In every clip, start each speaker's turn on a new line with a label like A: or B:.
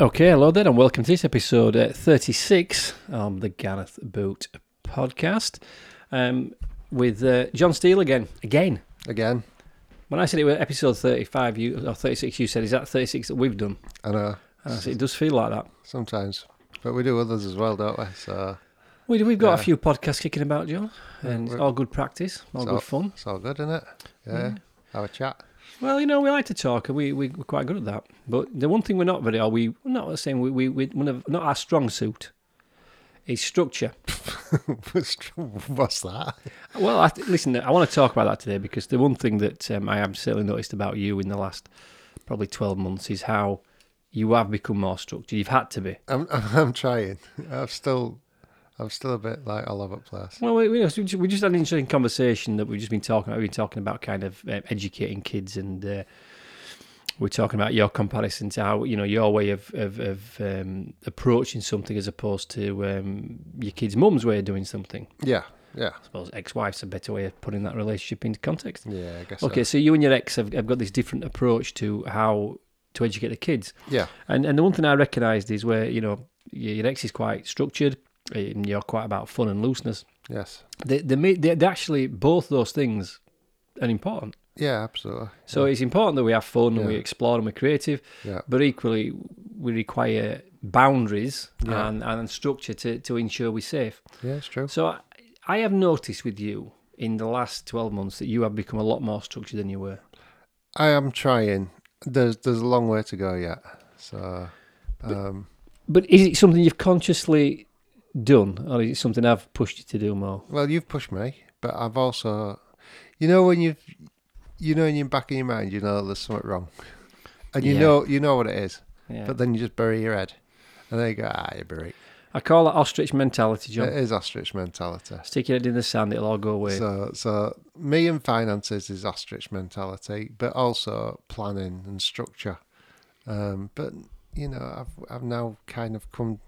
A: Okay, hello there, and welcome to this episode uh, 36 of the Gareth Boot podcast um, with uh, John Steele again. Again.
B: Again,
A: When I said it was episode 35 you, or 36, you said, Is that 36 that we've done?
B: I know
A: And I said, It does feel like that.
B: sometimes, but we do others as well, don't we? So
A: We, we've got a
B: Yeah.
A: few podcasts kicking about, John, and it's
B: we're-
A: all good practice, all
B: So-
A: good fun.
B: it's all good, isn't it? Yeah.
A: Yeah.
B: Have a chat.
A: Well, you know, we like to talk, and we, we, we're quite good at that. But the one thing we're not very, are we, we're not saying we, we, we one of, not our strong suit is structure.
B: What's that?
A: Well, I th- listen, I want to talk about that today because the one thing that um, I have certainly noticed about you in the last probably 12 months is how you have become more structured. You've had to be.
B: I'm, I'm, I'm trying. I'm still, I'm still a bit like all over the place.
A: Well, we, we, we just had an interesting conversation that we've just been talking about. We've been talking about kind of um, educating kids and uh, we're talking about your comparison to how, you know, your way of, of, of um, approaching something as opposed to um, your kid's mum's way of doing something.
B: Yeah, yeah,
A: I suppose ex-wife's a better way of putting that relationship into context.
B: yeah. I guess.
A: Okay, so you and your ex have, have got this different approach to how to educate the kids.
B: So. Yeah,
A: And and the one thing I recognised is where you know your, your ex is quite structured, and you're quite about fun and looseness.
B: yes.
A: They they, ma- they, they actually both those things are important.
B: Yeah, absolutely.
A: So it's important that we have fun and we
B: Yeah.
A: explore and we're creative,
B: Yeah,
A: but equally we require boundaries
B: Yeah.
A: and and structure to to ensure we're safe.
B: yeah, it's true.
A: So I, I have noticed with you in the last twelve months that you have become a lot more structured than you were.
B: I am trying. There's there's a long way to go yet. So, um,
A: But is it something you've consciously done, or is it something I've pushed you to do more?
B: well, you've pushed me, but I've also, you know, when you've, you know, in your back of your mind, you know, there's something wrong, and you
A: Yeah.
B: know, you know what it is.
A: Yeah.
B: But then you just bury your head. And then you go, ah, you're buried.
A: I call that ostrich mentality, John.
B: It is ostrich mentality.
A: Stick your head in the sand; it'll all go away.
B: Uh, So, so me and finances is ostrich mentality, but also planning and structure. Um, but you know, I've I've now kind of come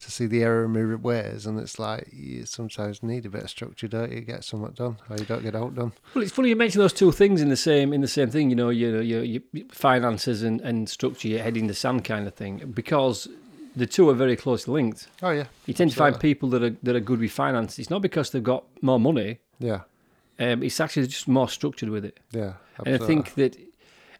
B: to see the error in my ways, and it's like you sometimes need a bit of structure, don't you? Get something done, or you don't get out done.
A: well, it's funny you mention those two things in the same in the same thing. You know, your your, your finances and, and structure, your head in the sand kind of thing, because the two are very closely linked.
B: Oh yeah,
A: You tend to find people that are that are good with finance. It's not because they've got more money;
B: yeah,
A: um, it's actually just more structured with it.
B: yeah.
A: And I
B: absolutely.
A: think that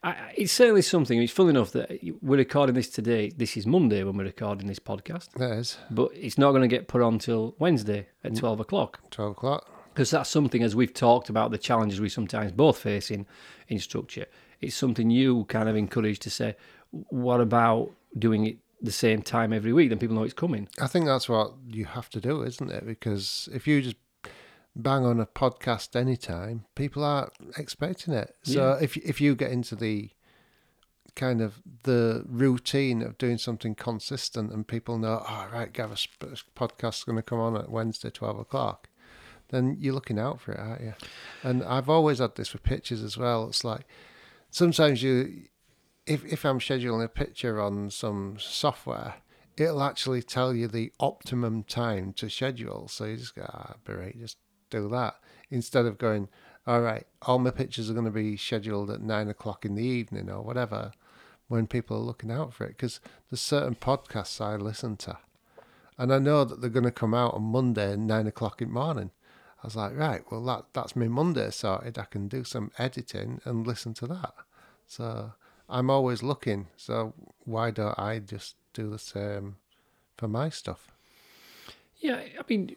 A: I, I- it's certainly something. It's fun enough that we're recording this today. This is Monday when we're recording this podcast,
B: that is
A: but it's not going to get put on till Wednesday at 12 o'clock
B: twelve o'clock.
A: because that's something, as we've talked about, the challenges we sometimes both face in, in structure. It's something you kind of encourage to say, what about doing it the same time every week? Then people know it's coming.
B: I think that's what you have to do, isn't it? Because if you just bang on a podcast anytime, people aren't expecting it. So if if you get into the kind of the routine of doing something consistent and people know, oh, right, Gareth's podcast's going to come on at Wednesday, 12 o'clock, then you're looking out for it, aren't you? And I've always had this with pictures as well. It's like sometimes you, if, if I'm scheduling a picture on some software, it'll actually tell you the optimum time to schedule. So you just go, ah, be right, just do that. Instead of going, all right, all my pictures are going to be scheduled at nine o'clock in the evening or whatever, when people are looking out for it. Because there's certain podcasts I listen to, and I know that they're going to come out on Monday at nine o'clock in the morning. I was like, right, well, that, that's my Monday sorted. I can do some editing and listen to that. So I'm always looking. So why don't I just do the same for my stuff?
A: Yeah, I mean,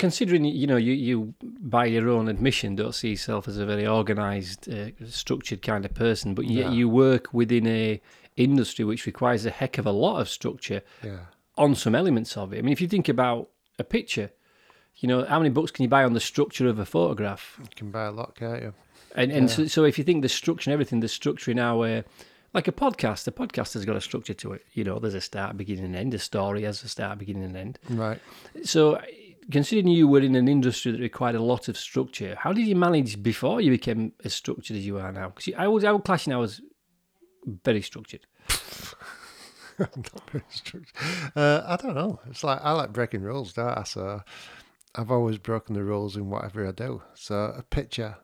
A: considering you know you you by your own admission don't see yourself as a very organised, uh, structured kind of person, but yet
B: No.
A: you work within a industry which requires a heck of a lot of structure
B: Yeah.
A: on some elements of it. I mean, if you think about a picture, you know how many books can you buy on the structure of a photograph?
B: You can buy a lot, can't you?
A: And and so, so if you think the structure and everything, the structure in our like a podcast, the podcast has got a structure to it. You know, there's a start, beginning, and end. A story has a start, beginning, and end.
B: Right.
A: So, considering you were in an industry that required a lot of structure, how did you manage before you became as structured as you are now? Because I was, I was clashing, I was very structured.
B: I'm not very strict. Uh, I don't know. It's like I like breaking rules, don't I? So I've always broken the rules in whatever I do. So a picture,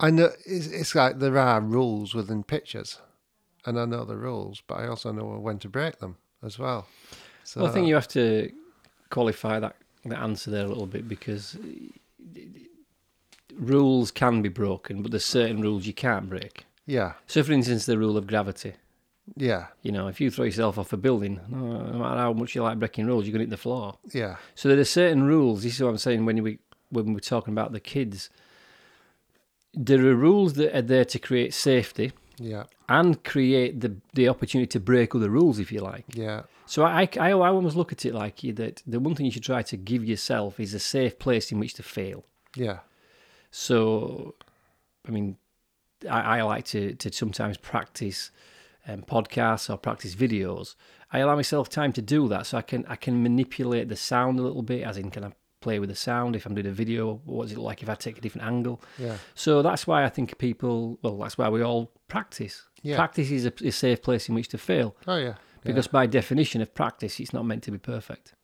B: I know it's, it's like there are rules within pictures, and I know the rules, but I also know when to break them as well. So
A: Well, I think you have to qualify that, that answer there a little bit because uh, rules can be broken, but there's certain rules you can't break.
B: yeah,
A: So, for instance, the rule of gravity.
B: yeah,
A: You know, if you throw yourself off a building, no, no matter how much you like breaking rules, you're going to hit the floor.
B: yeah,
A: So there are certain rules. This is what I'm saying when we when we're talking about the kids. There are rules that are there to create safety
B: yeah,
A: and create the the opportunity to break other rules if you like.
B: yeah,
A: So I I, I almost look at it like you that the one thing you should try to give yourself is a safe place in which to fail.
B: yeah,
A: So, I mean, I, I like to, to sometimes practice um, podcasts or practice videos. I allow myself time to do that, so I can I can manipulate the sound a little bit, as in can I play with the sound if I'm doing a video? What's it like if I take a different angle?
B: yeah,
A: So that's why I think people. Well, that's why we all practice.
B: Yeah.
A: Practice is a, a safe place in which to fail
B: oh yeah,
A: because by definition of practice, it's not meant to be perfect.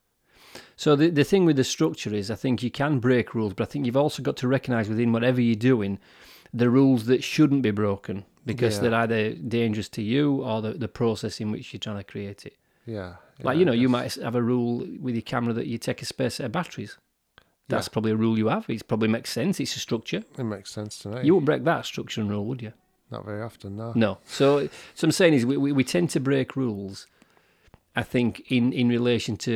A: So the the thing with the structure is, I think you can break rules, but I think you've also got to recognise within whatever you're doing, the rules that shouldn't be broken because
B: Yeah.
A: they're either dangerous to you or the, the process in which you're trying to create it.
B: yeah,
A: Like
B: yeah, yeah,
A: you know, you
B: yes.
A: might have a rule with your camera that you take a spare set of batteries. That's
B: Yeah.
A: probably a rule you have. It probably makes sense. It's a structure.
B: It makes sense to me.
A: You wouldn't break that structure and rule, would you?
B: Not very often, no.
A: No. So, so I'm saying is we, we, we tend to break rules. I think in in relation to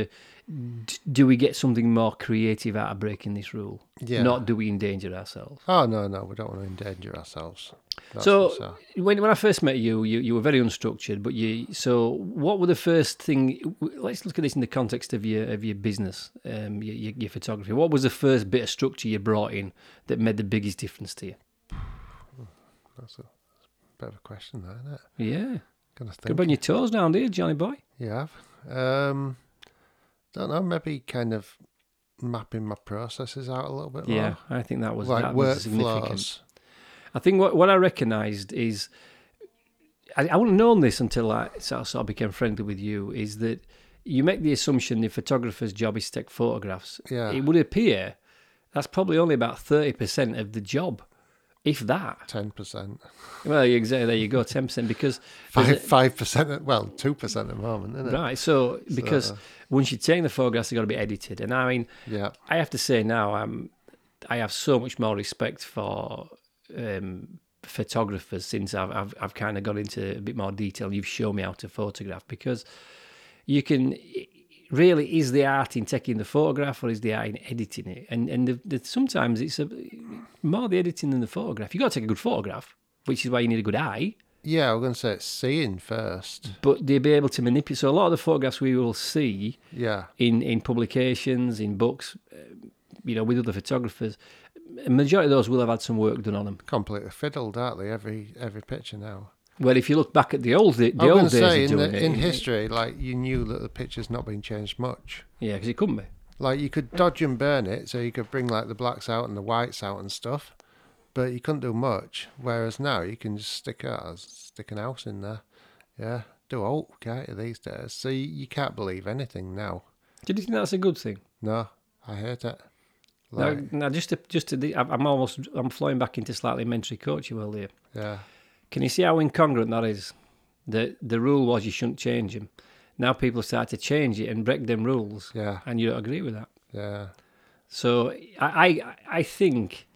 A: d- do we get something more creative out of breaking this rule?
B: Yeah.
A: Not do we endanger ourselves?
B: Oh no, no, we don't want to endanger ourselves. That's
A: so,
B: for sure.
A: when when I first met you, you you were very unstructured. But you so what were the first thing? Let's look at this in the context of your of your business, um, your, your, your photography. What was the first bit of structure you brought in that made the biggest difference to you?
B: that's a bit of a question, there, isn't it?
A: Yeah,
B: Gonna
A: good
B: think.
A: on your toes down, dear Johnny boy.
B: You have. Um, don't know. Maybe kind of mapping my processes out a little bit
A: Yeah,
B: more.
A: I think that was
B: Oh. like
A: that was significant.
B: workflows.
A: I think what, what I recognised is, I, I wouldn't have known this until I sort of, sort of became friendly with you, is that you make the assumption the photographer's job is to take photographs.
B: Yeah.
A: It would appear that's probably only about 30% of the job, if that.
B: Ten percent,
A: Well, exactly, there you go, 10%, because...
B: five five percent. Well, two percent at the moment, isn't it?
A: Right, so because once you take the photographs, they've got to be edited. And I mean,
B: Yeah,
A: I have to say now, um, I have so much more respect for um, photographers since I've, I've I've kind of got into a bit more detail. You've shown me how to photograph because you can it really is the art in taking the photograph or is the art in editing it? And and the, the, sometimes it's a, more the editing than the photograph. You have got to take a good photograph, which is why you need a good eye.
B: yeah. We're gonna say it's seeing first.
A: But they'll be able to manipulate. So a lot of the photographs we will see
B: Yeah,
A: in in publications, in books, uh, you know, with other photographers. A majority of those will have had some work done on them.
B: completely fiddled, aren't they? Every every picture now.
A: Well, if you look back at the old the
B: I
A: old
B: was
A: days
B: gonna say
A: of
B: in,
A: doing
B: the,
A: it,
B: in
A: it-
B: history, like you knew that the picture's not been changed much.
A: yeah, because it couldn't be.
B: Like you could dodge and burn it, so you could bring like the blacks out and the whites out and stuff, but you couldn't do much. Whereas now you can just stick a stick an house in there, yeah. Do all can't you these days? So you, you can't believe anything now.
A: Do you think that's a good thing?
B: No, I hate it.
A: Now,
B: Like,
A: now, just to, just to, the- I'm I'm almost I'm flying back into slightly mentally coaching world here.
B: yeah,
A: Can you see how incongruent that is? The the rule was you shouldn't change them. Now people start to change it and break them rules,
B: yeah,
A: and you don't agree with that.
B: yeah,
A: So I, I I think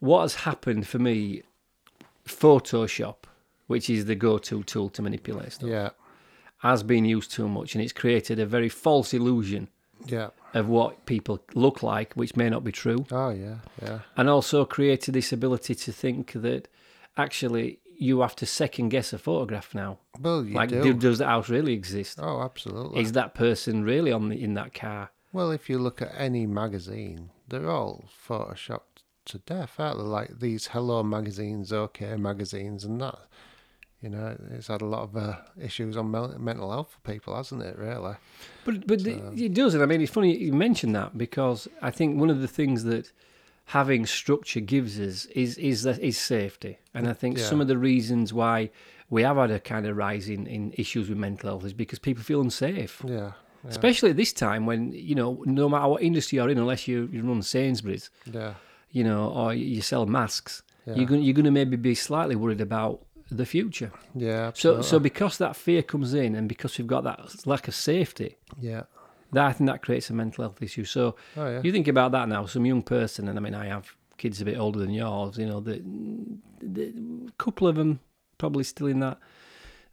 A: what has happened for me, Photoshop, which is the go-to tool to manipulate stuff,
B: yeah,
A: has been used too much, and it's created a very false illusion
B: yeah.
A: of what people look like, which may not be true,
B: Oh yeah, yeah,
A: and also created this ability to think that actually you have to second guess a photograph now.
B: well you
A: like,
B: do.
A: do- does that house really exist?
B: oh, absolutely.
A: Is that person really on the, in that car?
B: Well, if you look at any magazine, they're all photoshopped to death, aren't they? Like these Hello magazines, OK magazines, and that. You know, it's had a lot of uh, issues on mel- mental health for people, hasn't it? Really?
A: But but it, it does, and I mean it's funny you mentioned that because I think one of the things that having structure gives us is is that is safety, and I think
B: Yeah.
A: some of the reasons why we have had a kind of rise in, in issues with mental health is because people feel unsafe,
B: Yeah, yeah,
A: especially at this time when you know no matter what industry you're in, unless you, you run Sainsbury's,
B: yeah,
A: you know, or you sell masks,
B: Yeah.
A: you're going you're going to maybe be slightly worried about the future.
B: Yeah.
A: So,
B: Absolutely.
A: so because that fear comes in, and because we've got that lack of safety,
B: yeah.
A: that I think that creates a mental health issue. So,
B: Oh yeah.
A: you think about that now, some young person, and I mean, I have kids a bit older than yours, you know, the, the couple of them probably still in that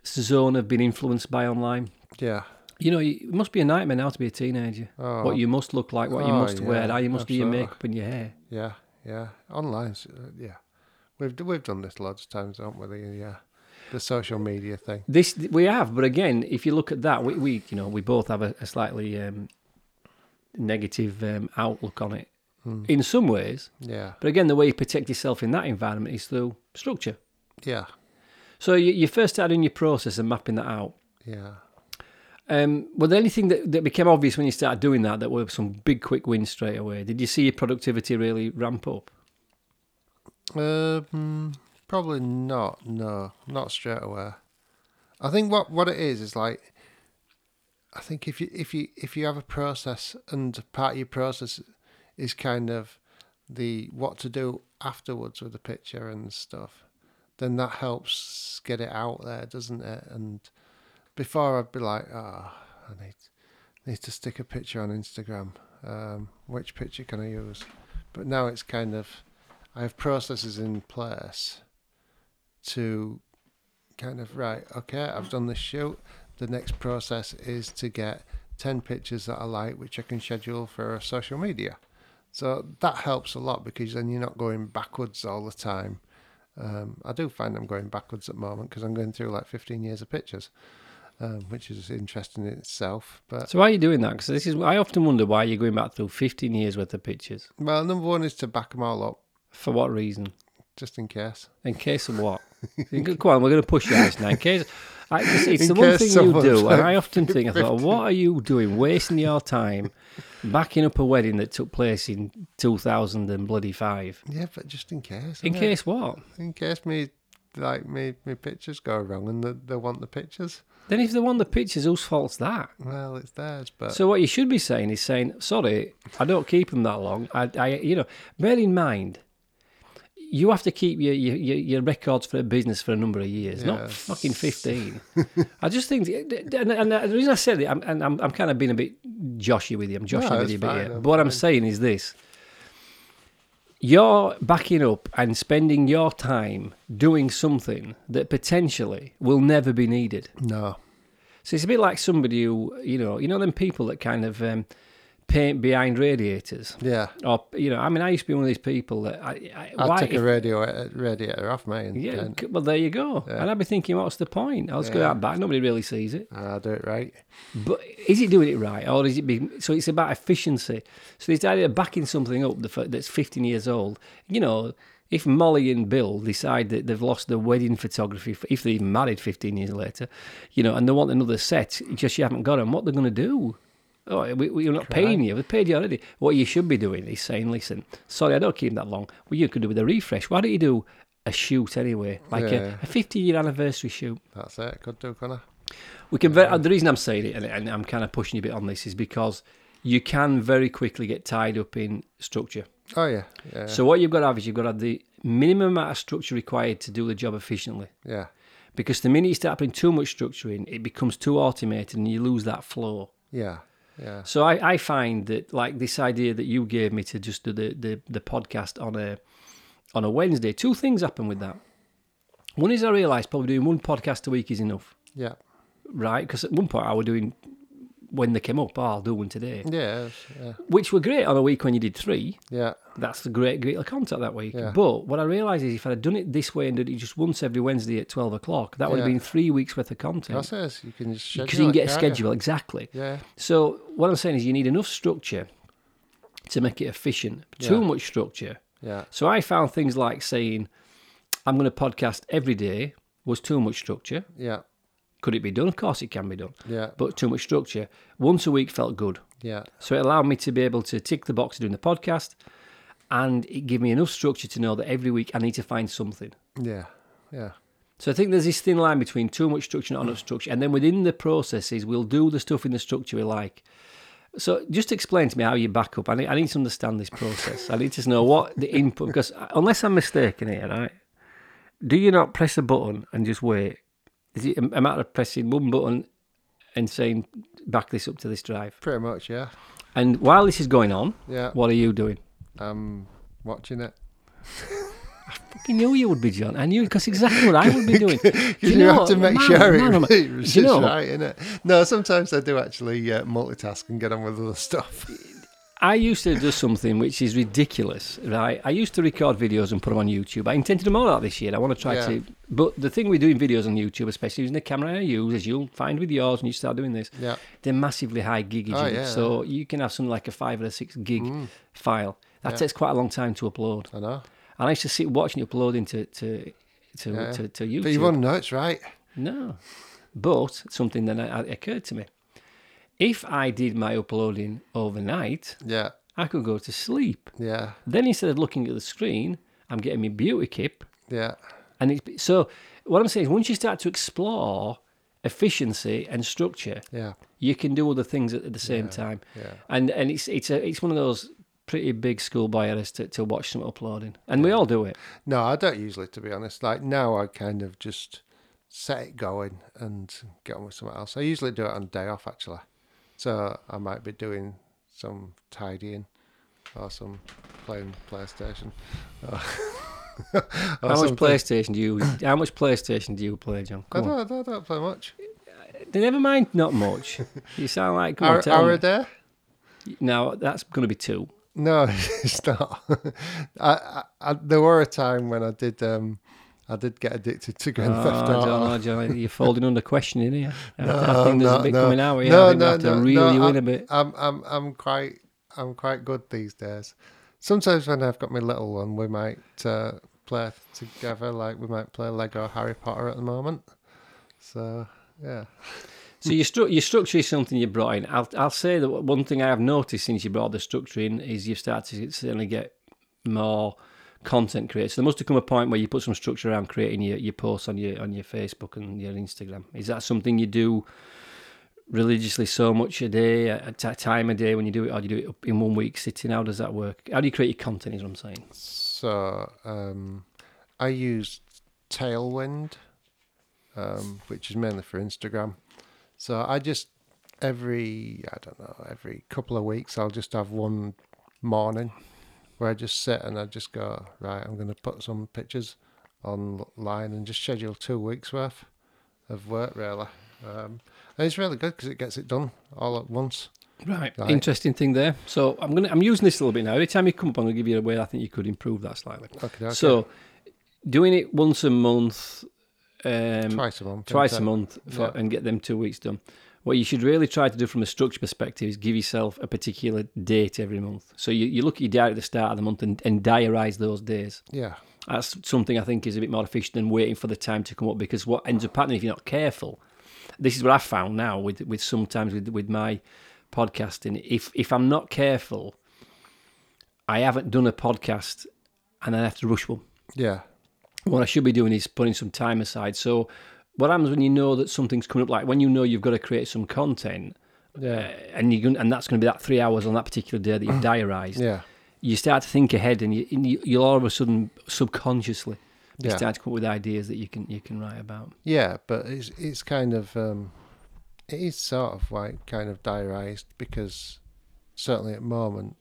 A: zone of being influenced by online.
B: yeah.
A: You know, it must be a nightmare now to be a teenager.
B: Oh.
A: What you must look like, what you
B: Oh,
A: must wear,
B: yeah,
A: how you must do
B: absolutely.
A: your makeup and your hair.
B: Yeah. Yeah. Online. uh, Yeah. We've d- we've done this loads of times, haven't we? The, yeah. The social media thing.
A: This we have, but again, if you look at that, we, we you know we both have a, a slightly um, negative um, outlook on it
B: Hmm.
A: in some ways.
B: Yeah.
A: But again, the way you protect yourself in that environment is through structure.
B: Yeah.
A: So you, you first started in your process and mapping that out.
B: Yeah.
A: Um, was there anything that, that became obvious when you started doing that that were some big quick wins straight away? Did you see your productivity really ramp up?
B: Um, probably not. No, not straight away. I think what what it is is like. I think if you if you if you have a process and part of your process is kind of the what to do afterwards with the picture and stuff, then that helps get it out there, doesn't it? And before I'd be like, ah, oh, I need need to stick a picture on Instagram. Um, which picture can I use? But now it's kind of I have processes in place to kind of right, okay, I've done this shoot. The next process is to get 10 pictures that I like, which I can schedule for social media. So that helps a lot because then you're not going backwards all the time. Um, I do find I'm going backwards at the moment because I'm going through like 15 years of pictures, um, which is interesting in itself. But
A: So why are you doing that? Because this is I often wonder why you're going back through 15 years worth of pictures.
B: well, number one is to back them all up
A: For what reason?
B: just in case.
A: In case of what? Come on, we're going to push you on this now. In case, I, it's, it's
B: In
A: the one
B: case
A: thing you
B: someone's
A: do, and I
B: like
A: often think, I thought, what are you doing, wasting your time, backing up a wedding that took place in 2000 and bloody five?
B: Yeah, but just in case.
A: In
B: innit?
A: case what?
B: in case me like me my pictures go wrong and the, they want the pictures.
A: Then if they want the pictures, whose fault's that?
B: Well, it's theirs, but
A: So what you should be saying is saying, sorry, I don't keep them that long. I, I you know, bear in mind, you have to keep your your, your, your records for a business for a number of years, not
B: Yes.
A: fucking fifteen. I just think, and, and the reason I said it, I'm, and I'm, I'm kind of being a bit joshy with you. I'm joshing
B: No,
A: with
B: it's
A: you a bit
B: fine,
A: here.
B: I'm
A: But what I'm saying is this: you're backing up and spending your time doing something that potentially will never be needed.
B: no.
A: So it's a bit like somebody who, you know, you know them people that kind of um, paint behind radiators.
B: Yeah.
A: Or you know, I mean, I used to be one of these people that I, I
B: I'd
A: why?
B: take
A: if-
B: a radio a radiator off me and,
A: yeah,
B: and
A: c- well there you go. And I'd be thinking, what's the point? I'll just go out back. Nobody really sees it.
B: I'll do it right.
A: But is it doing it right, or is it being? So it's about efficiency. So this idea of backing something up the f- that's 15 years old. You know, if Molly and Bill decide that they've lost their wedding photography, f- if they even married 15 years later, you know, and they want another set, it's just you haven't got them. What they're going to do? Oh, we, we, are not paying you. We've paid you already. What you should be doing is saying, "Listen, sorry, I don't keep that long. Well, you could do with a refresh. Why don't you do a shoot anyway, like
B: Yeah.
A: a 50 year anniversary shoot?"
B: That's it. Could do, could I?
A: We can. Very, the reason I'm saying it, and, and I'm kind of pushing you a bit on this, is because you can very quickly get tied up in structure.
B: Oh yeah. Yeah.
A: So what you've got to have is you've got to have the minimum amount of structure required to do the job efficiently.
B: yeah.
A: Because the minute you start putting too much structure in, it becomes too automated, and you lose that flow.
B: Yeah. Yeah.
A: So I, I find that like this idea that you gave me to just do the, the, the podcast on a on a Wednesday, two things happen with that. One is I realised probably doing one podcast a week is enough
B: Yeah.
A: right? Because at one point I were doing when they came up, oh, I'll do one today,
B: Yeah. Yeah.
A: which were great on a week when you did three.
B: Yeah.
A: That's the great, great contact that week.
B: Yeah.
A: But what I realised is if I had done it this way and did it just once every Wednesday at 12 o'clock, that would have
B: Yeah.
A: been three weeks worth of
B: That's
A: content.
B: it. You can just schedule
A: Because you can
B: it,
A: get a
B: can't you?
A: schedule, exactly.
B: Yeah.
A: So what I'm saying is you need enough structure to make it efficient. Too
B: Yeah.
A: much structure.
B: Yeah.
A: So I found things like saying, I'm going to podcast every day was too much structure.
B: Yeah.
A: Could it be done? Of course it can be done
B: Yeah.
A: but too much structure. Once a week felt good.
B: Yeah.
A: So it allowed me to be able to tick the box doing the podcast and it gave me enough structure to know that every week I need to find something.
B: Yeah. Yeah.
A: So I think there's this thin line between too much structure and not enough structure. And then within the processes, we'll do the stuff in the structure we like. So just explain to me how you back up. I need, I need to understand this process. I need to know what the input, because unless I'm mistaken here, right? do you not press a button and just wait? Is it a a matter of pressing one button and saying back this up to this drive?
B: Pretty much, yeah.
A: And while this is going on,
B: Yeah.
A: what are you doing?
B: I'm watching it.
A: I knew you would be, John. I knew because exactly what I would be doing. Do
B: You,
A: know
B: have
A: what?
B: to make
A: Man, man,
B: sure it,
A: oh man.
B: it
A: Do
B: was
A: you
B: just
A: know?
B: right, innit? No, sometimes I do actually uh, multitask and get on with other stuff.
A: I used to do something which is ridiculous, right? I used to record videos and put them on YouTube. I intend to do more of that this year. I want to try
B: Yeah.
A: to. But the thing we do in videos on YouTube, especially using the camera I use, as you'll find with yours when you start doing this,
B: Yeah.
A: they're massively high giggage.
B: Oh,
A: in it.
B: yeah. Mm.
A: So you can have something like a five or a six gig file. That takes quite a long time to upload.
B: I know.
A: And I used to sit watching it uploading to to to,
B: Yeah.
A: to, to YouTube.
B: But you wouldn't know it's right.
A: No. But something that I- occurred to me. If I did my uploading overnight,
B: Yeah.
A: I could go to sleep.
B: Yeah.
A: Then instead of looking at the screen, I'm getting my beauty kip.
B: Yeah.
A: And it's, so what I'm saying is once you start to explore efficiency and structure,
B: Yeah.
A: you can do other things at, at the same time.
B: yeah.
A: And and it's it's a, it's one of those pretty big schoolboy errors to, to watch some uploading. And we all do it.
B: No, I don't usually, to be honest. Like now, I kind of just set it going and get on with something else. I usually do it on day off, actually. So I might be doing some tidying or some playing PlayStation. Or or
A: how
B: Oh, something.
A: much PlayStation do you how much PlayStation do you play, John?
B: I
A: Come on.
B: don't, I don't play much.
A: Never mind, not much. You sound like come
B: Hour,
A: on, tell
B: hour
A: me.
B: a day?
A: Now that's going to be two.
B: No, it's not. I, I, I, there were a time when I did, um, I did get addicted to Grand
A: Oh,
B: Theft Auto.
A: John, oh, John, you're folding under questioning here. I, I
B: No,
A: think there's
B: no,
A: a bit
B: no.
A: coming out here.
B: No,
A: I think we
B: no,
A: have to
B: no,
A: reel
B: no,
A: you in
B: I-
A: a bit.
B: I'm I'm I'm quite I'm quite good these days. Sometimes when I've got my little one, we might uh, play together. Like we might play Lego Harry Potter at the moment. So yeah,
A: So your, stru- your structure is something you brought in. I'll, I'll say that one thing I have noticed since you brought the structure in is you've started to certainly get more content creators. So there must have come a point where you put some structure around creating your, your posts on your on your Facebook and your Instagram. Is that something you do religiously so much a day, at a ti- time a day when you do it, or do you do it up in one week sitting? How does that work? How do you create your content is what I'm saying.
B: so um, I used Tailwind, um, which is mainly for Instagram. So I just every I don't know every couple of weeks I'll just have one morning where I just sit and I just go right. I'm going to put some pictures online and just schedule two weeks worth of work really. Um, and it's really good because it gets it done all at once.
A: Right.
B: Right.
A: Interesting thing there. So I'm gonna I'm using this a little bit now. Every time you come up, I'm gonna give you a way I think you could improve that slightly.
B: Okay, okay.
A: So doing it once a month, um, twice,
B: twice a month.
A: a
B: isn't it?
A: month, for,
B: Yeah.
A: and get them two weeks done. What you should really try to do from a structure perspective is give yourself a particular date every month. So you, you look at your diary at the start of the month and, and diarize those days.
B: Yeah,
A: That's something I think is a bit more efficient than waiting for the time to come up because what ends up happening if you're not careful, this is what I've found now with, with sometimes with, with my podcasting. If if I'm not careful, I haven't done a podcast and I have to rush one
B: yeah,
A: what I should be doing is putting some time aside. So, what happens when you know that something's coming up? Like when you know you've got to create some content, uh,
B: yeah,
A: and you are going and that's going to be that three hours on that particular day that you've diarised.
B: yeah. you
A: You start to think ahead, and, you, and you, you'll all of a sudden subconsciously you
B: Yeah.
A: start to come up with ideas that you can you can write about.
B: Yeah, but it's it's kind of um, it is sort of like kind of diarised because certainly at the moment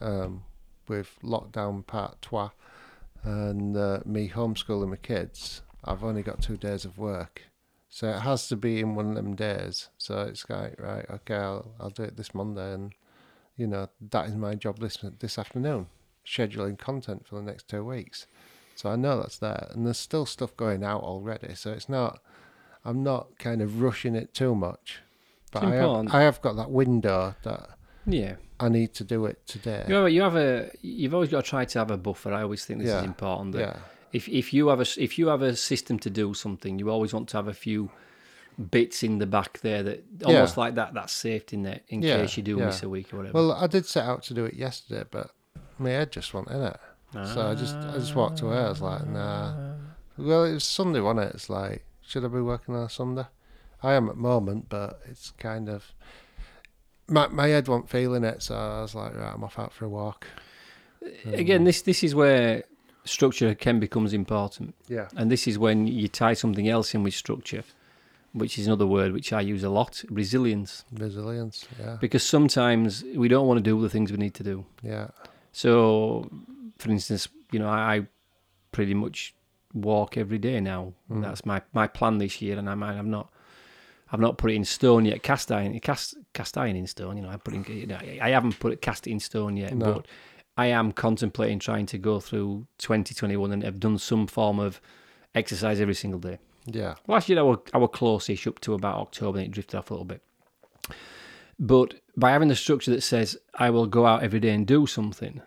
B: um, with lockdown part trois and uh, me homeschooling my kids, I've only got two days of work, so it has to be in one of them days. So it's like right, okay, I'll I'll do it this Monday, and you know that is my job this this afternoon, scheduling content for the next two weeks. So I know that's there, and there's still stuff going out already. So it's not, I'm not kind of rushing it too much, but
A: It's
B: I have,
A: important.
B: I have got that window that
A: Yeah,
B: I need to do it today.
A: you have a, you have a you've always got to try to have a buffer. I always think this
B: Yeah.
A: is important. that
B: yeah,
A: If if you have a if you have a system to do something, you always want to have a few bits in the back there that almost like that that safety net in
B: Yeah,
A: case you do
B: yeah.
A: miss a week or whatever.
B: Well, I did set out to do it yesterday, but my head just went in it. So I just I just walked away. I was like, nah. Well, it was Sunday, wasn't it? It's like, should I be working on a Sunday? I am at the moment, but it's kind of my my head wasn't feeling it, so I was like, right, I'm off out for a walk.
A: Again, this this is where structure can becomes important.
B: Yeah.
A: And this is when you tie something else in with structure, which is another word which I use a lot resilience.
B: Resilience. Yeah.
A: Because sometimes we don't want to do the things we need to do.
B: yeah.
A: So, for instance, you know, I, I pretty much walk every day now.
B: Mm.
A: That's my, my plan this year, and I might I'm not I've not put it in stone yet. Cast iron, cast cast iron in stone. You know, I put in, you know, I I haven't put it cast it in stone yet,
B: No.
A: but I am contemplating trying to go through 2021 and have done some form of exercise every single day.
B: Yeah.
A: Last year I were I were close-ish up to about October, and it drifted off a little bit. But by having the structure that says I will go out every day and do something,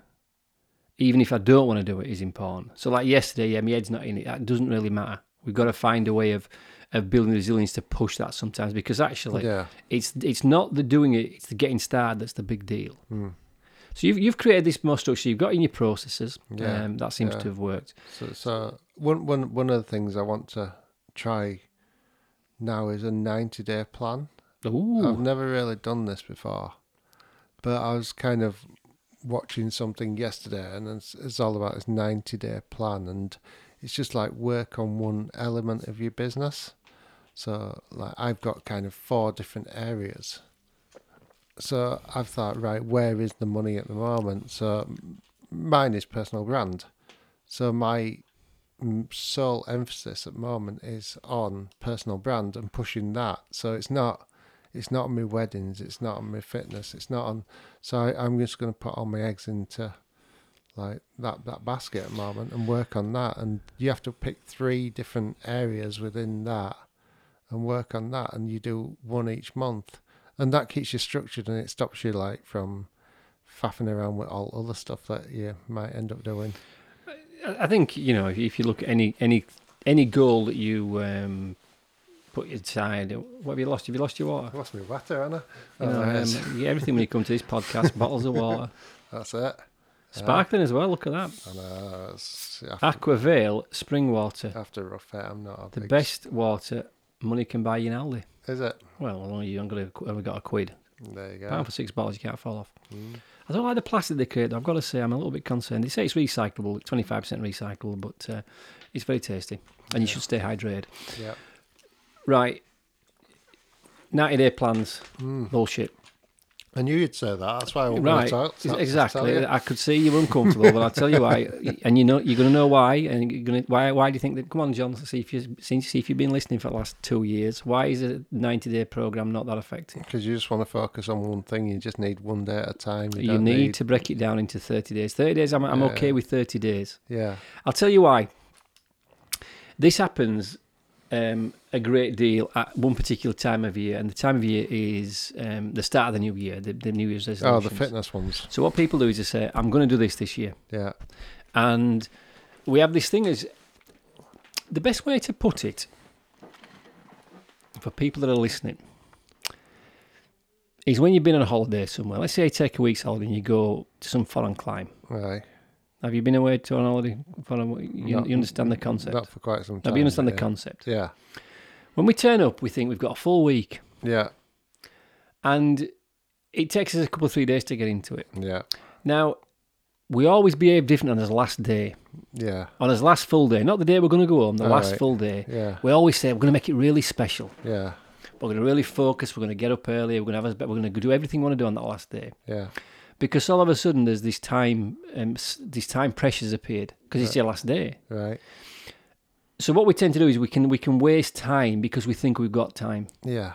A: even if I don't want to do it, is important. So like yesterday, yeah, my head's not in it. That doesn't really matter. We've got to find a way of of building resilience to push that sometimes because actually
B: yeah.
A: it's it's not the doing it, it's the getting started that's the big deal.
B: Mm.
A: So you've you've created this more structure. You've got in your processes.
B: Yeah,
A: um, that seems
B: yeah.
A: to have worked.
B: So, so one, one, one of the things I want to try now is a 90 day plan.
A: Ooh,
B: I've never really done this before, but I was kind of watching something yesterday, and it's, it's all about this 90 day plan, and it's just like work on one element of your business. So, like, I've got kind of four different areas. So, I've thought, right, where is the money at the moment? So, m- mine is personal brand. So, my m- sole emphasis at the moment is on personal brand and pushing that. So, it's not it's not on my weddings, it's not on my fitness, it's not on. So I, I'm just going to put all my eggs into like that that basket at the moment and work on that. And you have to pick three different areas within that and work on that. And you do one each month, and that keeps you structured and it stops you like from faffing around with all other stuff that you might end up doing.
A: I I think you know if, if you look at any any any goal that you um, put aside. What have you lost? Have you lost your
B: I
A: water?
B: lost my water, Anna.
A: You know, um, yeah, everything when you come to this podcast, bottles of water,
B: that's it.
A: sparkling as well. Look at that,
B: And, uh, it's- after,
A: Aquavale spring water,
B: after rough air, I'm not a
A: the
B: big-
A: best water money can buy you in Aldi.
B: Is it?
A: Well, well, you haven't got a, only got a quid.
B: There you go.
A: Pound for six bottles, you can't fall off.
B: Mm.
A: I don't like the plastic they create. though. I've got to say, I'm a little bit concerned. They say it's recyclable, 25% recyclable, but uh, it's very tasty, and you
B: Yeah.
A: should stay hydrated.
B: Yeah.
A: Right, 90 day plans,
B: Mm.
A: bullshit.
B: I knew you'd say that. That's why I wanted
A: Right,
B: to talk. to-
A: ex-
B: to
A: exactly.
B: tell you.
A: I could see you were uncomfortable, but I'll tell you why. And you know, you're going to know why. And you're going to why? Why do you think that? Come on, John. See if you see see if you've been listening for the last two years. Why is a 90 day program not that effective?
B: Because you just want to focus on one thing. You just need one day at a time.
A: You,
B: don't
A: need, to break it down into 30 days. 30 days. I'm, I'm
B: Yeah.
A: okay with 30 days.
B: Yeah.
A: I'll tell you why. This happens um, a great deal at one particular time of year, and the time of year is um, the start of the new year, the, the New Year's
B: Oh,
A: resolutions.
B: the fitness ones.
A: So what people do is they say, "I'm going to do this this year,"
B: Yeah.
A: and we have this thing as the best way to put it for people that are listening is when you've been on a holiday somewhere. Let's say you take a week's holiday and you go to some foreign climb.
B: Right.
A: Have you been away to an holiday? Foreign, you,
B: Not-
A: you understand the concept.
B: Not for quite some
A: Now,
B: time.
A: but you understand
B: yeah.
A: the concept.
B: Yeah.
A: When we turn up, we think we've got a full week,
B: Yeah.
A: and it takes us a couple of three days to get into it.
B: Yeah.
A: Now, we always behave different on this last day,
B: Yeah.
A: on this last full day, not the day we're going to go home, the
B: All
A: last
B: right.
A: full day.
B: Yeah.
A: We always say we're going to make it really special.
B: Yeah.
A: We're going to really focus. We're going to get up early. We're going to have. us- We're going to do everything we want to do on that last day.
B: Yeah.
A: Because all of a sudden, there's this time, um, s- these time pressures appeared because it's your last day.
B: Right.
A: So what we tend to do is we can we can waste time because we think we've got time.
B: Yeah.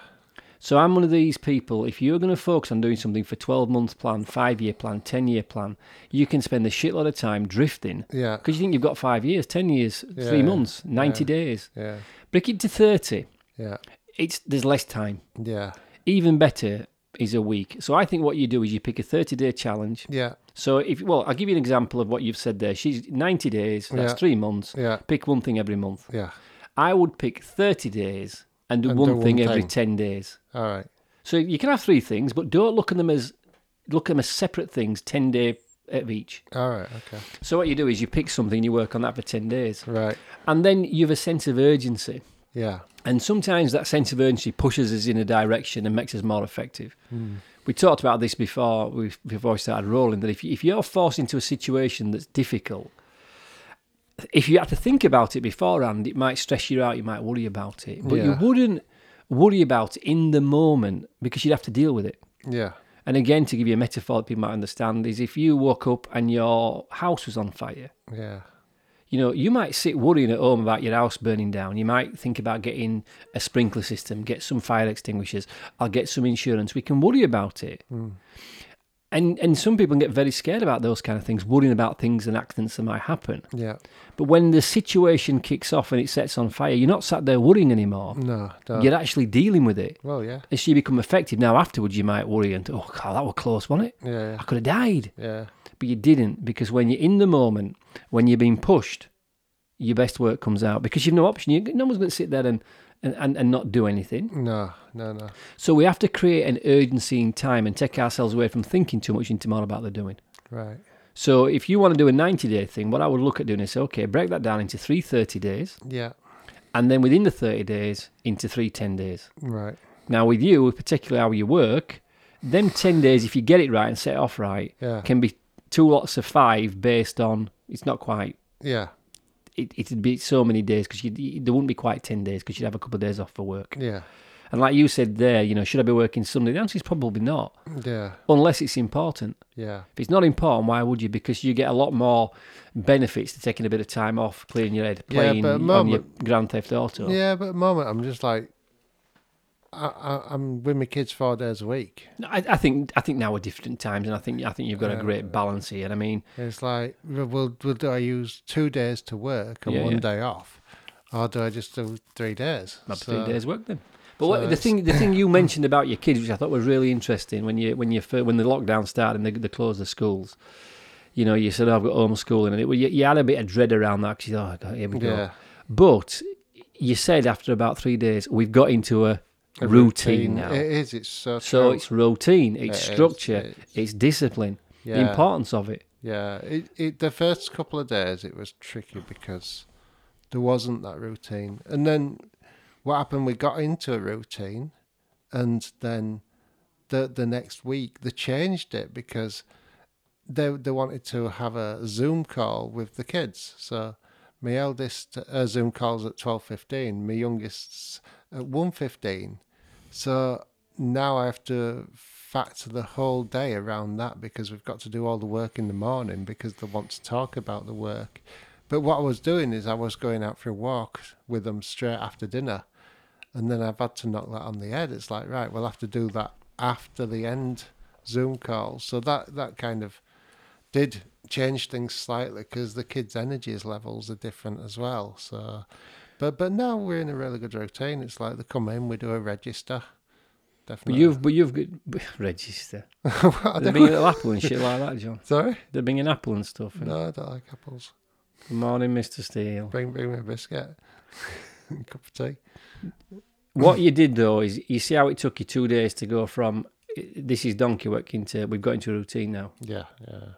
A: So I'm one of these people. If you're going to focus on doing something for 12 month plan, five year plan, 10 year plan, you can spend a shitload of time drifting
B: Yeah.
A: because you think you've got five years, 10 years,
B: Yeah,
A: three
B: yeah,
A: months, 90 days.
B: Yeah.
A: Break it to 30.
B: Yeah.
A: It's there's less time.
B: Yeah.
A: Even better is a week. So I think what you do is you pick a 30 day challenge.
B: Yeah.
A: So if well, I'll give you an example of what you've said there. She's 90 days. That's
B: Yeah.
A: three months.
B: Yeah.
A: Pick one thing every month.
B: Yeah.
A: I would pick 30 days and do
B: And
A: one
B: do
A: thing
B: one
A: every
B: thing.
A: 10 days.
B: All right.
A: So you can have three things, but don't look at them as look at them as separate things. Ten day of each.
B: All right. Okay.
A: So what you do is you pick something, you work on that for ten days,
B: Right.
A: and then you've a sense of urgency.
B: Yeah.
A: And sometimes that sense of urgency pushes us in a direction and makes us more effective. We talked about this before we before we started rolling. That if you, if you're forced into a situation that's difficult, if you had to think about it beforehand, it might stress you out. You might worry about it, but you
B: Yeah.
A: wouldn't worry about it in the moment because you'd have to deal with it.
B: Yeah.
A: And again, to give you a metaphor that people might understand, is if you woke up and your house was on fire,
B: Yeah.
A: you know, you might sit worrying at home about your house burning down. You might think about getting a sprinkler system, get some fire extinguishers, I'll get some insurance. We can worry about it. And and some people get very scared about those kind of things, worrying about things and accidents that might happen.
B: Yeah.
A: But when the situation kicks off and it sets on fire, you're not sat there worrying anymore.
B: No. Don't.
A: You're actually dealing with it.
B: Well, yeah.
A: And so you become effective. Now afterwards you might worry and oh God, that was close, wasn't it?
B: Yeah.
A: I could have died.
B: Yeah.
A: But you didn't because when you're in the moment, when you're being pushed, your best work comes out because you've no option. You, no one's going to sit there and, and, and, and not do anything.
B: No. No. No.
A: So we have to create an urgency in time and take ourselves away from thinking too much and tomorrow about the doing.
B: Right.
A: So if you want to do a 90 day thing, what I would look at doing is say, okay, break that down into three 30 days
B: Yeah.
A: and then within the 30 days into three 10 days.
B: Right.
A: Now, with you, particularly how you work, them 10 days, if you get it right and set it off right,
B: Yeah.
A: can be two lots of five based on it's not quite
B: Yeah.
A: it, it'd be so many days because there wouldn't be quite 10 days because you'd have a couple of days off for work.
B: Yeah.
A: And like you said there, you know, should I be working Sunday? The answer is probably not,
B: Yeah.
A: unless it's important.
B: Yeah.
A: If it's not important, why would you? Because you get a lot more benefits to taking a bit of time off, clearing your head,
B: Yeah,
A: playing
B: but at
A: on your
B: moment-
A: Grand Theft Auto.
B: Yeah. But at the moment, I'm just like, I, I, I'm with my kids four days a week.
A: No, I, I think I think now are different times, and I think I think you've got a great balance here. And I mean,
B: It's like, well, will will- do I use two days to work and
A: Yeah,
B: one
A: yeah.
B: day off, or do I just do three days?
A: Not
B: So-
A: three days work then. But
B: So
A: what, the
B: it's-
A: thing, the thing you mentioned about your kids, which I thought was really interesting, when you when you fir- when the lockdown started and they, they closed the schools, you know, you said "Oh, I've got homeschooling, and it, well, you, you had a bit of dread around that because you thought, oh, God, here we go.
B: Yeah.
A: But you said after about three days, we've got into a,
B: A
A: routine, now,
B: It is. It's so.
A: so
B: true.
A: it's routine,
B: It
A: it's
B: is,
A: structure,
B: it
A: it's, discipline, the
B: yeah.
A: importance of it.
B: Yeah. It, it, the first couple of days it was tricky because there wasn't that routine, and then what happened? We got into a routine, and then the the next week they changed it because they they wanted to have a Zoom call with the kids. So my eldest uh, Zoom calls at twelve fifteen, my youngest's at one fifteen. So now I have to factor the whole day around that because we've got to do all the work in the morning because they want to talk about the work. But what I was doing is I was going out for a walk with them straight after dinner. And then I've had to knock that on the head. It's like, right, we'll have to do that after the end Zoom call. So that, that kind of did change things slightly because the kids' energies levels are different as well. So, but but now we're in a really good routine. It's like they come in, we do a register.
A: But
B: Definitely.
A: you've but you've got register.
B: Well, I
A: They're
B: don't-
A: bringing an apple and shit like that, John.
B: Sorry?
A: They're bringing apple and stuff. and,
B: No, I don't like apples.
A: Good morning, Mister Steele.
B: Bring bring me a biscuit. Cup of tea.
A: What you did though is you see how it took you two days to go from "I- this is donkey work into we've got into a routine now.
B: Yeah, yeah.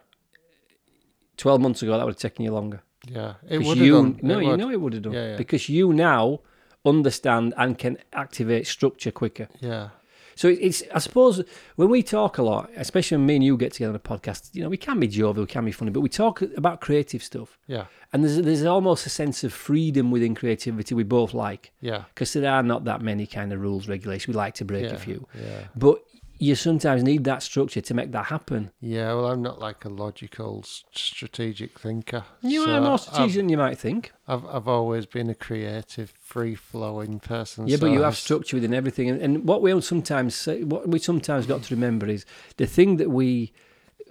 A: Twelve months ago that would have taken you longer.
B: Yeah. It
A: 'Cause
B: would
A: you
B: have done.
A: no,
B: it
A: you
B: would.
A: know it would have done
B: Yeah, yeah.
A: because you now understand and can activate structure quicker.
B: Yeah.
A: So it- it's I suppose when we talk a lot, especially when me and you get together on a podcast, you know we can be jovial, we can be funny, but we talk about creative stuff,
B: Yeah.
A: and there's there's almost a sense of freedom within creativity we both like.
B: Yeah.
A: because there are not that many kind of rules, regulations. We like to break
B: yeah,
A: a few,
B: Yeah.
A: but you sometimes need that structure to make that happen.
B: Yeah, well, I'm not like a logical, s- strategic thinker.
A: You
B: so um,
A: are more
B: I've,
A: strategic than you might think.
B: I've, I've always been a creative, free flowing person.
A: Yeah, but
B: so
A: you have
B: it's-
A: structure within everything, and, and what we all sometimes say, what we sometimes got to remember is the thing that we,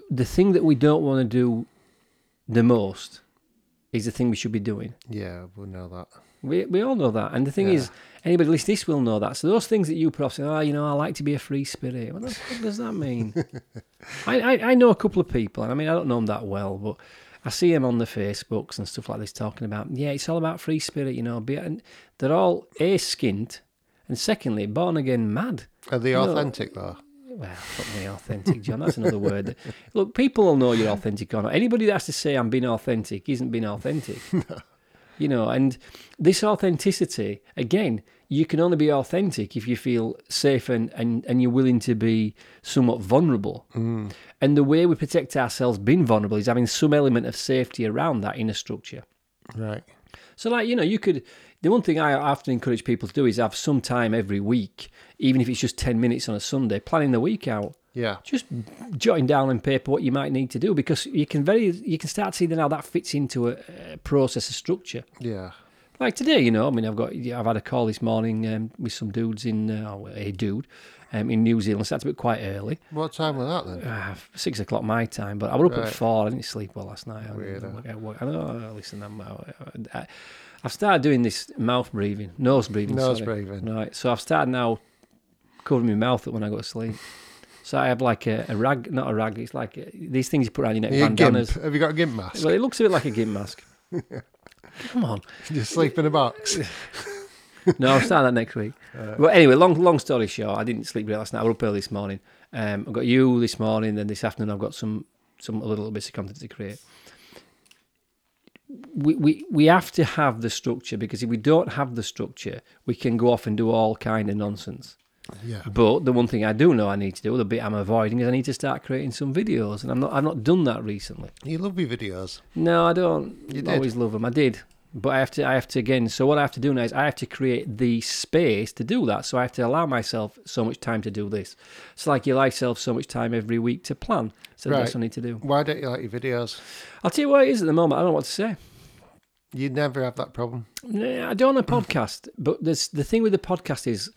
A: the thing that we don't want to do, the most, is the thing we should be doing.
B: Yeah, we know that.
A: We, we all know that, and the thing
B: Yeah.
A: is, anybody listening to this will know that. So those things that you perhaps say, oh, you know, I like to be a free spirit. What the fuck does that mean? I, I I know a couple of people, and I mean I don't know them that well, but I see them on the Facebooks and stuff like this talking about, yeah, it's all about free spirit, you know. Be, and they're all a skint, and secondly, born again mad.
B: Are they
A: No.
B: authentic, though?
A: Well, fuck me, authentic, John. That's another word. that- look, people will know you're authentic or not. Anybody that has to say I'm being authentic isn't being authentic. You know, and this authenticity, again, you can only be authentic if you feel safe and, and, and you're willing to be somewhat vulnerable. And the way we protect ourselves being vulnerable is having some element of safety around that inner structure.
B: Right.
A: So, like, you know, you could. The one thing I often encourage people to do is have some time every week, even if it's just 10 minutes on a Sunday, planning the week out.
B: Yeah.
A: Just jotting down on paper what you might need to do because you can very you can start seeing how that fits into a, a process, a structure.
B: Yeah.
A: Like today, you know, I mean, I've got I've had a call this morning um, with some dudes in uh, oh, a dude um, in New Zealand. So that's a bit quite early,
B: What time was that then?
A: uh, six o'clock my time. But I was up
B: Right.
A: at four. I didn't sleep well last night. I,
B: Weirdo.
A: I, I, know. Listen, I'm, I, I, I've started doing this mouth breathing, nose breathing.
B: Nose
A: sorry.
B: breathing.
A: Right. So I've started now covering my mouth up when I go to sleep. So I have like a, a rag, not a rag. It's like uh these things you put around your neck,
B: Are you a gimp?
A: bandanas.
B: Have you got a gimp mask?
A: Well, it looks a bit like a gimp mask. Come on.
B: Just sleep in a box.
A: No, I'll start that next week. But anyway, long long story short, I didn't sleep great last night. I was up early this morning. Um, I've got you this morning, then this afternoon I've got some some little bits of content to create. We, we we have to have the structure because if we don't have the structure, we can go off and do all kind of nonsense.
B: Yeah.
A: But the one thing I do know I need to do, the bit I'm avoiding, is I need to start creating some videos, and I'm not I've not done that recently.
B: You love your videos.
A: No, I don't
B: You did.
A: always love them. I did. But I have to I have to again so what I have to do now is I have to create the space to do that. So I have to allow myself so much time to do this. It's like you allow yourself so much time every week to plan. So
B: Right.
A: that's what I need to do.
B: Why don't you like your videos?
A: I'll tell you what it is at the moment, I don't know what to say.
B: You never have that problem.
A: Nah, I do on a podcast, but this, the thing with the podcast is,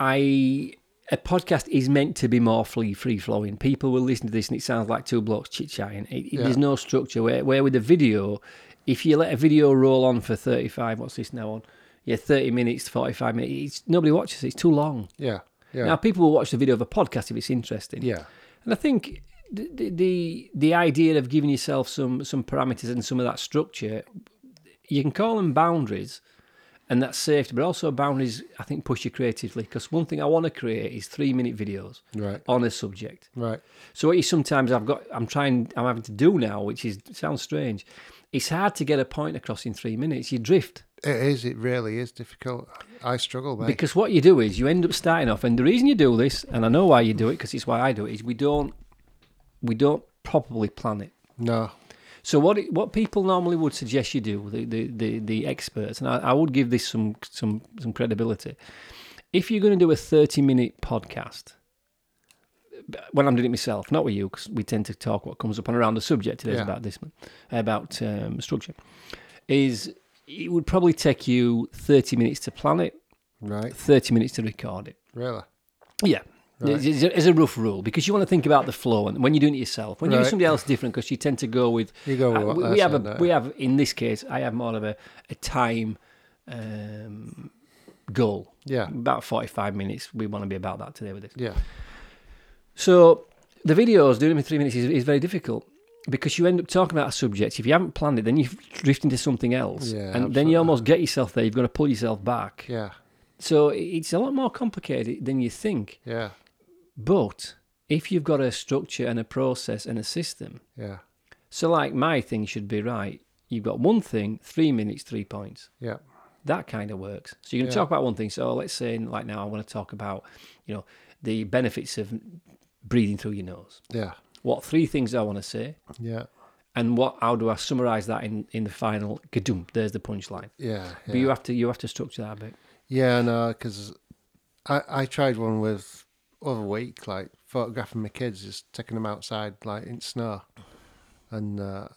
A: I a podcast is meant to be more free free flowing. People will listen to this, and it sounds like two blocks chit chatting. It, it- There's
B: Yeah.
A: no structure. Where, where with a video, if you let a video roll on for 35, what's this now on? Yeah, 30 minutes, 45 minutes. It's, nobody watches it. It's too long.
B: Yeah. Yeah.
A: Now people will watch the video of a podcast if it's interesting.
B: Yeah.
A: And I think the- the the the idea of giving yourself some some parameters and some of that structure, you can call them boundaries, and that's safety. But also boundaries, I think, push you creatively because one thing I want to create is three minute videos
B: Right.
A: on a subject.
B: Right.
A: So what you sometimes I've got, I'm trying, I'm having to do now, which is sounds strange. It's hard to get a point across in three minutes. You drift.
B: It is. It really is difficult. I struggle, mate.
A: Because what you do is you end up starting off, and the reason you do this, and I know why you do it, because it's why I do it, is we don't we don't properly plan it.
B: no.
A: So what it, what people normally would suggest you do, the the, the, the experts, and I, I would give this some some some credibility. If you're going to do a 30 minute podcast, when I'm doing it myself, not with you, because we tend to talk what comes up and around the subject today is
B: Yeah.
A: about this one, about um, structure, is it would probably take you 30 minutes to plan it,
B: Right.
A: 30 minutes to record it.
B: Really.
A: Yeah.
B: Right.
A: It's, it's a rough rule because you want to think about the flow and when you're doing it yourself. When you're
B: Right.
A: with somebody else different, because you tend to go with.
B: You go with
A: uh,
B: what
A: we,
B: they're
A: we have a
B: saying, don't
A: we have in this case I have more of a, a time um, goal.
B: Yeah.
A: About forty five minutes. We want to be about that today with this.
B: Yeah.
A: So the videos doing them in three minutes is, is very difficult because you end up talking about a subject. If you haven't planned it, then you drift into something else,
B: Yeah,
A: and then
B: absolutely.
A: you almost get yourself there. You've got to pull yourself back.
B: Yeah.
A: So it's a lot more complicated than you think.
B: Yeah.
A: But if you've got a structure and a process and a system,
B: Yeah.
A: so like my thing should be right, you've got one thing, three minutes, three points.
B: Yeah.
A: That kind of works. So you can
B: Yeah.
A: talk about one thing. So let's say, like now, I want to talk about, you know, the benefits of breathing through your nose.
B: Yeah.
A: What three things do I want to say,
B: Yeah.
A: and what how do I summarize that in in the final? Gadoom, there's the punchline.
B: Yeah.
A: But you have to you have to structure that a bit.
B: Yeah, no, because I I tried one with other week, like photographing my kids, just taking them outside, like in snow, and uh,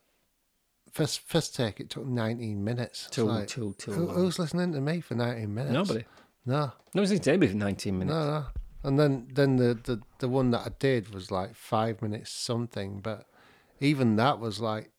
B: first first take it took nineteen minutes. It's
A: Too
B: like,
A: too too
B: who,
A: long.
B: who's listening to me for nineteen minutes?
A: Nobody.
B: No,
A: Nobody's listening to anybody for 19 minutes.
B: no, no. And then then the, the the one that I did was like five minutes something, but even that was like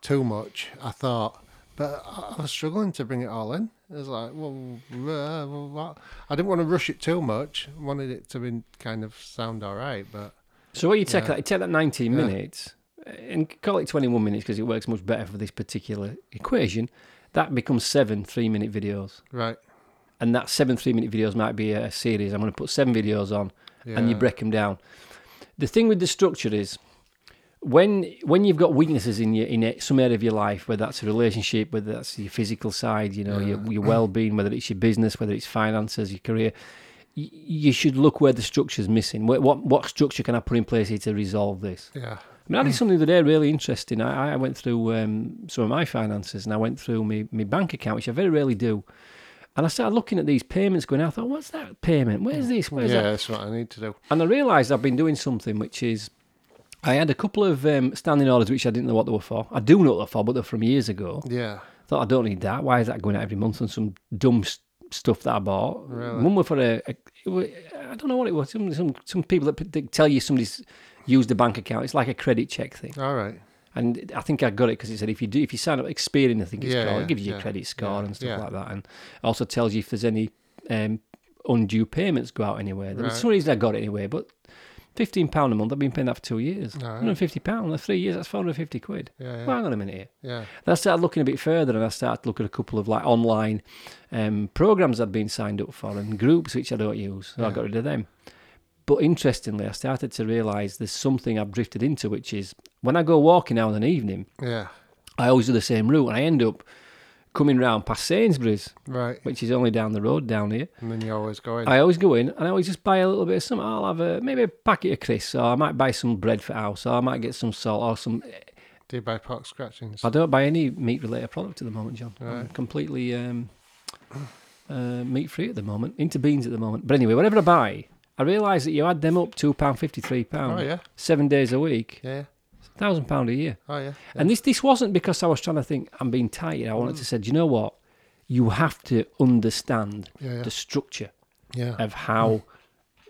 B: too much. I thought. But I I was struggling to bring it all in. It was like, well, uh, well, what? I didn't want to rush it too much. I wanted it to be kind of sound all right, but
A: So what you take
B: Yeah.
A: that you take that 19
B: Yeah.
A: minutes and call it 21 minutes because it works much better for this particular equation. That becomes seven three-minute videos,
B: right.
A: and that seven three-minute videos might be a series. I'm going to put seven videos on,
B: Yeah.
A: and you break them down. The thing with the structure is when when you've got weaknesses in your in a- some area of your life, whether that's a relationship, whether that's your physical side, you know, your, your well-being, whether it's your business, whether it's finances, your career, y- you should look where the structure's missing. What, what what structure can I put in place here to resolve this?
B: Yeah.
A: I mean, I did something the other day really interesting. I, I went through um, some of my finances and I went through my, my bank account, which I very rarely do. And I started looking at these payments going out. I thought, what's that payment? Where's this? Where's
B: yeah,
A: that?
B: that's what I need to do.
A: And I realised I've been doing something which is I had a couple of um, standing orders which I didn't know what they were for. I do know what they're for, but they're from years ago.
B: Yeah,
A: Thought I don't need that. Why is that going out every month on some dumb s- stuff that I bought?
B: Really?
A: One were for a, a it wa- I don't know what it was. Some some, some people that p- they tell you somebody's used a bank account. It's like a credit check thing.
B: all right.
A: And I think I got it because it said if you do if you sign up Experian, I think it's
B: Yeah,
A: called,
B: yeah,
A: it gives you
B: yeah,
A: a credit score
B: yeah,
A: and stuff
B: yeah.
A: like that, and also tells you if there's any um, undue payments go out anywhere. There was
B: Right.
A: some reason I got it anyway, but fifteen pound a month. I've been paying that for two years.
B: All right.
A: One hundred fifty pound for three years. That's four hundred fifty quid.
B: Yeah, yeah,
A: Well, hang on a minute here.
B: yeah.
A: And I started looking a bit further, and I started looking at a couple of like online um, programs I'd been signed up for and groups which I don't use. So I
B: Yeah.
A: got rid of them. But interestingly, I started to realise there's something I've drifted into, which is when I go walking now in the evening,
B: yeah.
A: I always do the same route, and I end up coming round past Sainsbury's,
B: Right,
A: which is only down the road down here.
B: and then you always go in.
A: I always go in and I always just buy a little bit of something. I'll have a, maybe a packet of crisps, or I might buy some bread for house, or I might get some salt or some
B: Do you buy pork scratchings?
A: I don't buy any meat related product at the moment, John. I'm
B: Right.
A: completely um, uh, meat free at the moment, into beans at the moment. But anyway, whatever I buy, I realise that you add them up £2.50, £3,
B: Oh yeah,
A: seven days a week,
B: yeah.
A: £1,000 a year.
B: Oh yeah. Mm.
A: And this, this wasn't because I was trying to think I'm being tired. I wanted to say, do you know what? You have to understand
B: yeah, yeah,
A: the structure
B: yeah.
A: of how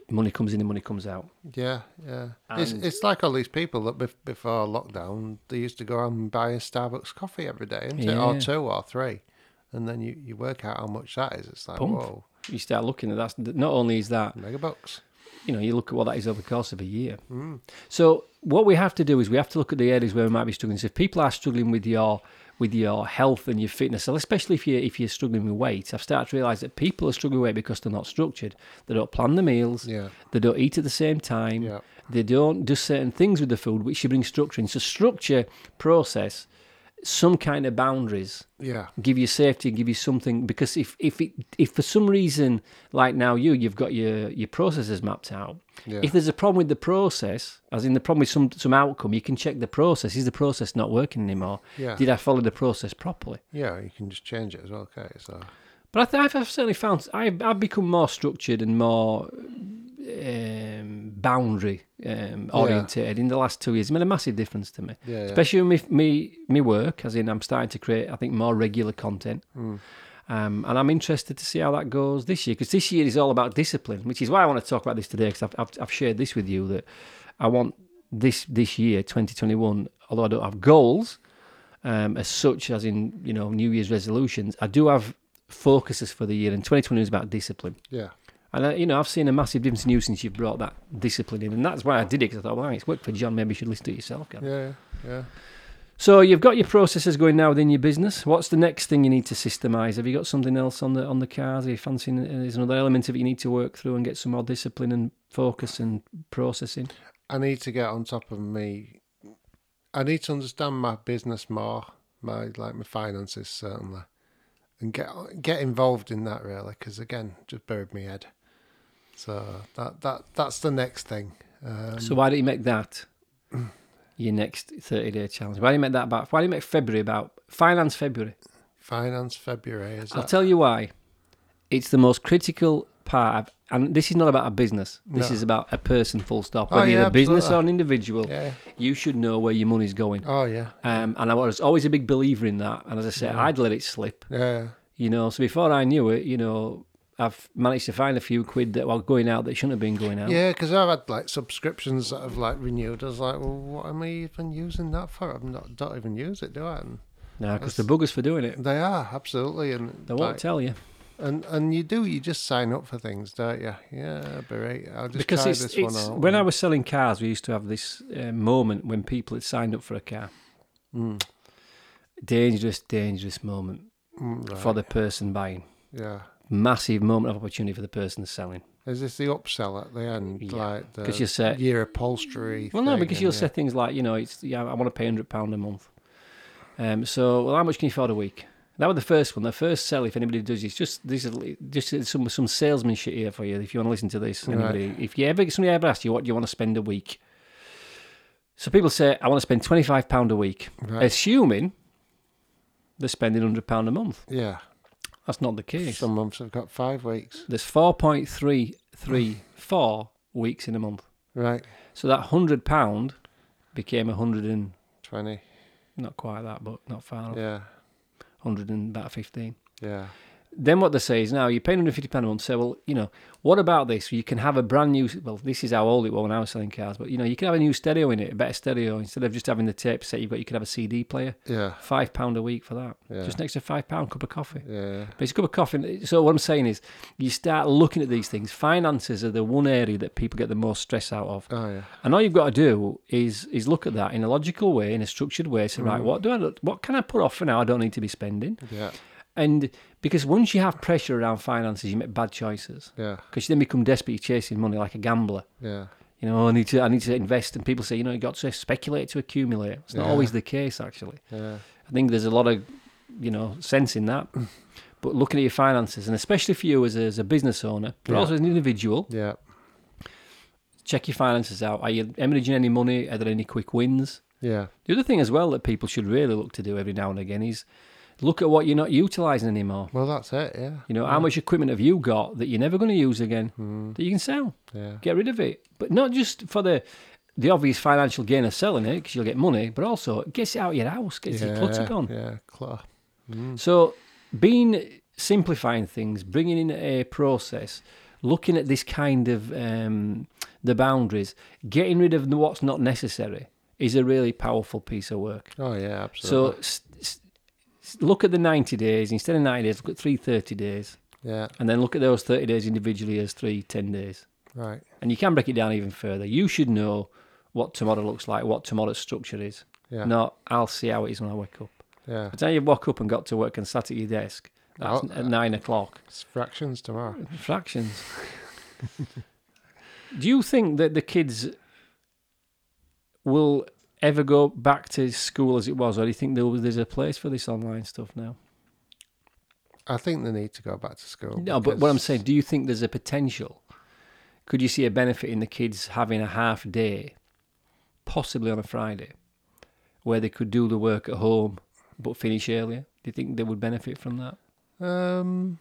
A: money comes in and money comes out.
B: Yeah, yeah. It's
A: And-
B: it's like all these people that bef- before lockdown, they used to go out and buy a Starbucks coffee every day, isn't it?
A: Yeah.
B: Or two or three. And then you, you work out how much that is. It's like,
A: Pump.
B: whoa,
A: You start looking at that. Not only is that
B: mega bucks.
A: you know, you look at what that is over the course of a year.
B: Hmm.
A: So what we have to do is we have to look at the areas where we might be struggling. So if people are struggling with your with your health and your fitness, and especially if you if you're struggling with weight, I've started to realise that people are struggling with weight because they're not structured. They don't plan their meals.
B: Yeah.
A: They don't eat at the same time.
B: Yeah.
A: They don't do certain things with the food, which should bring structure in. So structure, process, some kind of boundaries
B: Yeah.
A: give you safety and give you something because if if it, if for some reason like now you you've got your your processes mapped out
B: Yeah.
A: if there's a problem with the process as in the problem with some some outcome you can check the process is the process not working anymore
B: Yeah.
A: did i follow the process properly
B: Yeah, you can just change it as well, can't you? So
A: but I th- I've, I've certainly found I've, I've become more structured and more um, boundary um, orientated in the last two years. It's made a massive difference to me,
B: Yeah, yeah.
A: especially with me, me me work. As in, I'm starting to create I think more regular content. Um, and I'm interested to see how that goes this year because this year is all about discipline, which is why I want to talk about this today because I've, I've, I've shared this with you that I want this this year 2021. Although I don't have goals, um, as such, as in you know New Year's resolutions. I do have focuses for the year, and 2020 is about discipline.
B: yeah.
A: And I, you know, I've seen a massive difference in you since you've brought that discipline in, and that's why I did it because I thought, well, it's worked for John. Maybe you should listen to it yourself, Gary.
B: Yeah, yeah.
A: So you've got your processes going now within your business. What's the next thing you need to systemize? Have you got something else on the on the cards? Are you fancying uh, there's another element of it you need to work through and get some more discipline and focus and processing?
B: I need to get on top of me. I need to understand my business more, my like my finances certainly, and get get involved in that really. Because again, just buried my head. So that that that's the next thing. Um,
A: so why don't you make that your next thirty day challenge? Why do you make that about? Why do you make February about finance February?
B: finance February is
A: I'll
B: that?
A: tell you why. It's the most critical part, of, and this is not about a business. This
B: No.
A: is about a person, full stop.
B: Oh,
A: Whether you're
B: yeah,
A: a business
B: absolutely.
A: or an individual,
B: yeah.
A: you should know where your money's going.
B: Oh yeah.
A: Um, and I was always a big believer in that. And as I said, I'd let it slip,
B: Yeah.
A: you know. So before I knew it, you know, I've managed to find a few quid that were going out that shouldn't have been going out.
B: Yeah, because I've had like subscriptions that have like renewed. I was like, well, what am I even using that for? I'm not don't even use it, do I? And
A: because the buggers for doing it.
B: they are absolutely, and
A: They won't
B: like-
A: tell you
B: And and you do, you just sign up for things, don't you? Yeah, be right. I'll just
A: because
B: try
A: it's,
B: this one
A: it's
B: out.
A: when I was selling cars, we used to have this uh, moment when people had signed up for a car.
B: Mm.
A: Dangerous, dangerous moment
B: Mm, right.
A: for the person buying.
B: yeah.
A: Massive moment of opportunity for the person selling.
B: Is this the upsell at the end?
A: Yeah,
B: Like the
A: 'cause you said-
B: year upholstery.
A: Well, no,
B: thing
A: because you'll
B: and
A: say things like, you know, it's yeah, I want to pay hundred pound a month. Um, so, well, how much can you afford a week? That was the first one. The first sell, if anybody does, it's just this is just some some salesman shit here for you. If you want to listen to this,
B: Right.
A: anybody, if you ever somebody ever asks you what do you want to spend a week, So people say, I want to spend £25 a week,
B: Right.
A: assuming they're spending £100 a month.
B: yeah.
A: That's not the case.
B: Some months have got five weeks.
A: There's 4.334 weeks in a month.
B: Right.
A: So that £100 became 100 and,
B: 20.
A: not quite that, but not far off,
B: Yeah.
A: 100 and about 15.
B: Yeah.
A: Then what they say is now you're paying 150 pound a month. Say, well, you know, what about this? You can have a brand new. Well, this is how old it was when I was selling cars, but you know, you can have a new stereo in it, a better stereo instead of just having the tape set you've got. You could have a CD player,
B: Yeah.
A: five pound a week for that.
B: Yeah.
A: Just an extra five pound cup of coffee.
B: Yeah.
A: But it's a cup of coffee. So what I'm saying is, you start looking at these things. Finances are the one area that people get the most stress out of,
B: Oh, yeah.
A: and all you've got to do is is look at that in a logical way, in a structured way. So
B: Mm.
A: right, what do I? What can I put off for now? I don't need to be spending.
B: Yeah.
A: And because once you have pressure around finances, you make bad choices.
B: Yeah.
A: Because you then become desperately chasing money like a gambler.
B: Yeah.
A: You know, I need to, I need to invest, and people say, you know, you got to speculate to accumulate. It's not
B: Yeah.
A: always the case, actually.
B: Yeah.
A: I think there's a lot of, you know, sense in that. but looking at your finances, and especially for you as a, as a business owner, but
B: Yeah.
A: also as an individual,
B: Yeah.
A: check your finances out. Are you hemorrhaging any money? Are there any quick wins?
B: Yeah.
A: The other thing as well that people should really look to do every now and again is look at what you're not utilising anymore.
B: Well, that's it. Yeah.
A: You know, how much equipment have you got that you're never going to use again that you can sell?
B: Yeah.
A: Get rid of it. But not just for the the obvious financial gain of selling it because you'll get money, but also it gets it out of your house, gets your clutter
B: yeah.
A: gone.
B: Yeah. Clutter.
A: So, being simplifying things, bringing in a process, looking at this kind of um, the boundaries, getting rid of the- what's not necessary is a really powerful piece of work.
B: Oh, yeah.
A: So,
B: Absolutely.
A: s s- s- look at the 90 days instead of 90 days, look at 330 days.
B: yeah.
A: And then look at those 30 days individually as three 10 days.
B: Right.
A: And you can break it down even further. You should know what tomorrow looks like, what tomorrow's structure is.
B: Yeah.
A: Not, I'll see how it is when I wake up.
B: Yeah.
A: But then you woke up and got to work and sat at your desk that's
B: Oh,
A: at nine o'clock.
B: It's fractions tomorrow.
A: Fractions. Do you think that the kids will ever go back to school as it was, or do you think there'll- there's a place for this online stuff now?
B: I think they need to go back to school.
A: No, but what I'm
B: because-
A: saying, do you think there's a potential? Could you see a benefit in the kids having a half day, possibly on a Friday, where they could do the work at home but finish earlier? Do you think they would benefit from that?
B: Um,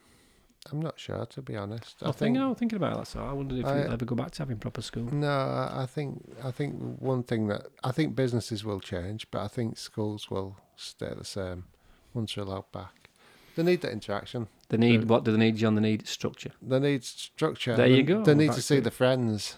B: I'm not sure to be honest.
A: I, think, I was thinking about that, so I wondered if
B: I-
A: you'd ever go back to having proper school.
B: No, I I think I think one thing that I think businesses will change, but I think schools will stay the same once you're allowed back. They need that interaction.
A: They need what do they need, John? They need structure.
B: They need structure.
A: There you
B: They-
A: go,
B: They need
A: back
B: to see
A: to-
B: the friends.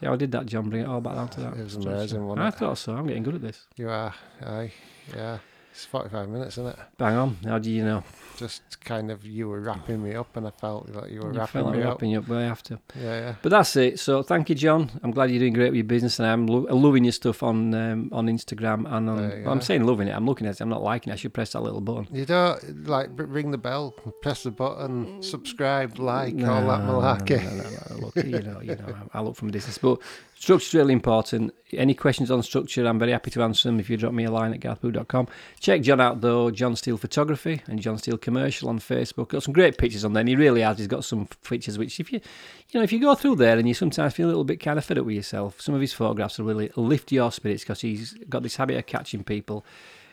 A: See how I did that, John? Bring it all back down to that.
B: It was
A: structure.
B: amazing, wasn't
A: I
B: it?
A: thought so. I'm getting good at this.
B: You are, aye, yeah. It's forty-five minutes, isn't it?
A: Bang on. How do you know?
B: Just kind of you were wrapping me up, and I felt like you were
A: You
B: wrapping
A: felt like
B: me
A: wrapping you up way after.
B: up. Yeah, yeah.
A: But that's it. So thank you, John. I'm glad you're doing great with your business, and I'm lo- loving your stuff on um, on Instagram and on.
B: There you
A: well, I'm
B: go.
A: saying loving it. I'm looking at it. I'm not liking. it. I should press that little button.
B: You don't like r- ring the bell, press the button, subscribe, like,
A: No,
B: all that
A: no, no,
B: malarkey.
A: no, no, no, no. Look, you know, you know, I I look from a distance. But structure's really important. Any questions on structure, I'm very happy to answer them. If you drop me a line at garthboo.com. Check John out though. John Steele Photography and John Steele Commercial on Facebook. Got some great pictures on there. And he really has. He's got some pictures which, if you, you know, if you go through there and you sometimes feel a little bit kind of fed up with yourself, some of his photographs will really lift your spirits because he's got this habit of catching people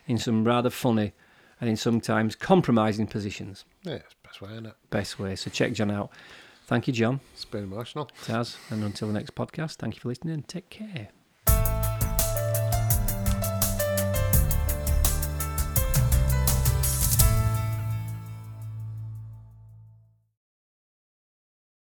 A: in some rather funny and in sometimes compromising positions.
B: Yeah, it's the best way, isn't it?
A: Best way. So check John out. Thank you, John.
B: It's been emotional.
A: Taz, and until the next podcast, thank you for listening. Take care.